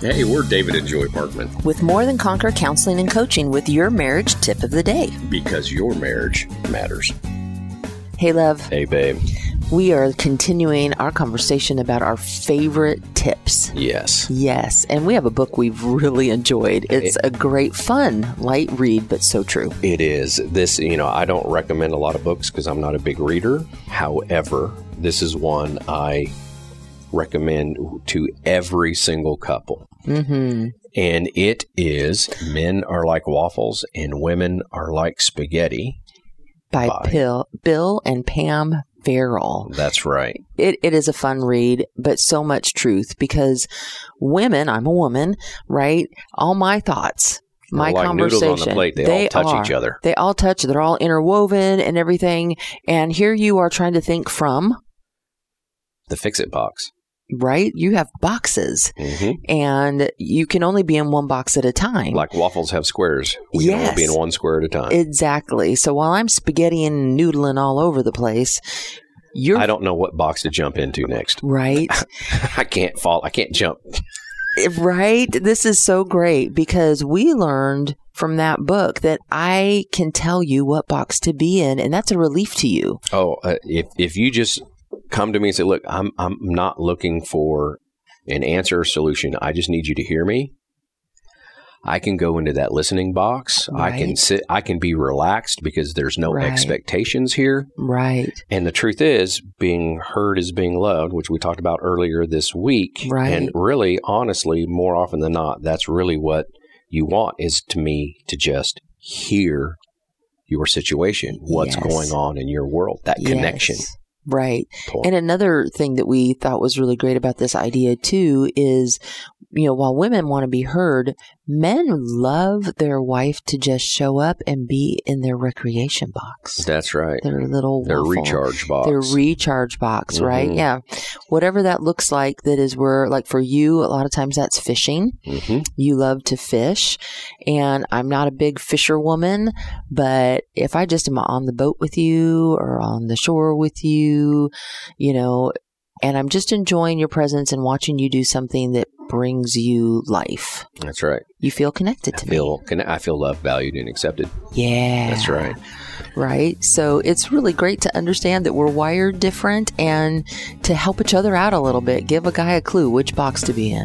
Hey, we're David and Joy Parkman with More Than Conquer Counseling and Coaching with your marriage tip of the day. because your marriage matters. Hey, love, Hey, babe. we are continuing our conversation about our favorite tips. Yes. Yes, and we have a book we've really enjoyed. It's a great, fun, light read, but so true. It is. This, you know, I don't recommend a lot of books because I'm not a big reader. However, this is one I recommend to every single couple. Mm-hmm. And it is Men Are Like Waffles and Women Are Like Spaghetti. By Bye. Bill, Bill and Pam Farrell. That's right. it, it is a fun read, but so much truth because women, I'm a woman, right? All my thoughts, my They're like noodles conversation, on the plate. They all touch each other. They all touch. They're all interwoven and everything. And here you are trying to think from The Fix It Box. right. You have boxes, hmm and you can only be in one box at a time. Like waffles have squares. We can only be Yes. in one square at a time. exactly. So while I'm spaghetti and noodling all over the place, you're I don't know what box to jump into next. right. I can't fall. I can't jump. Right? This is so great because we learned from that book that I can tell you what box to be in, and that's a relief to you. Oh, uh, if if you just come to me and say, "Look, I'm I'm not looking for an answer or solution. I just need you to hear me." I can go into that listening box. I can Right. sit. I can be relaxed because there's no Right. expectations here. Right. And the truth is, being heard is being loved, which we talked about earlier this week. Right. And really, honestly, more often than not, that's really what you want is to me to just hear your situation, what's Yes. going on in your world, that connection Yes. Right. point. And another thing that we thought was really great about this idea, too, is, you know, while women want to be heard, men love their wife to just show up and be in their recreation box, that's right. their little Their waffle. recharge box. Their recharge box, right? Mhm. Yeah. Whatever that looks like, that is where, like for you, a lot of times that's fishing. Mhm. You love to fish. And I'm not a big fisherwoman, but if I just am on the boat with you or on the shore with you, you know, and I'm just enjoying your presence and watching you do something that brings you life, That's right. you feel connected to I me. feel, conne- I feel loved, valued, and accepted. Yeah. That's right. right? So it's really great to understand that we're wired different and to help each other out a little bit. Give a guy a clue which box to be in.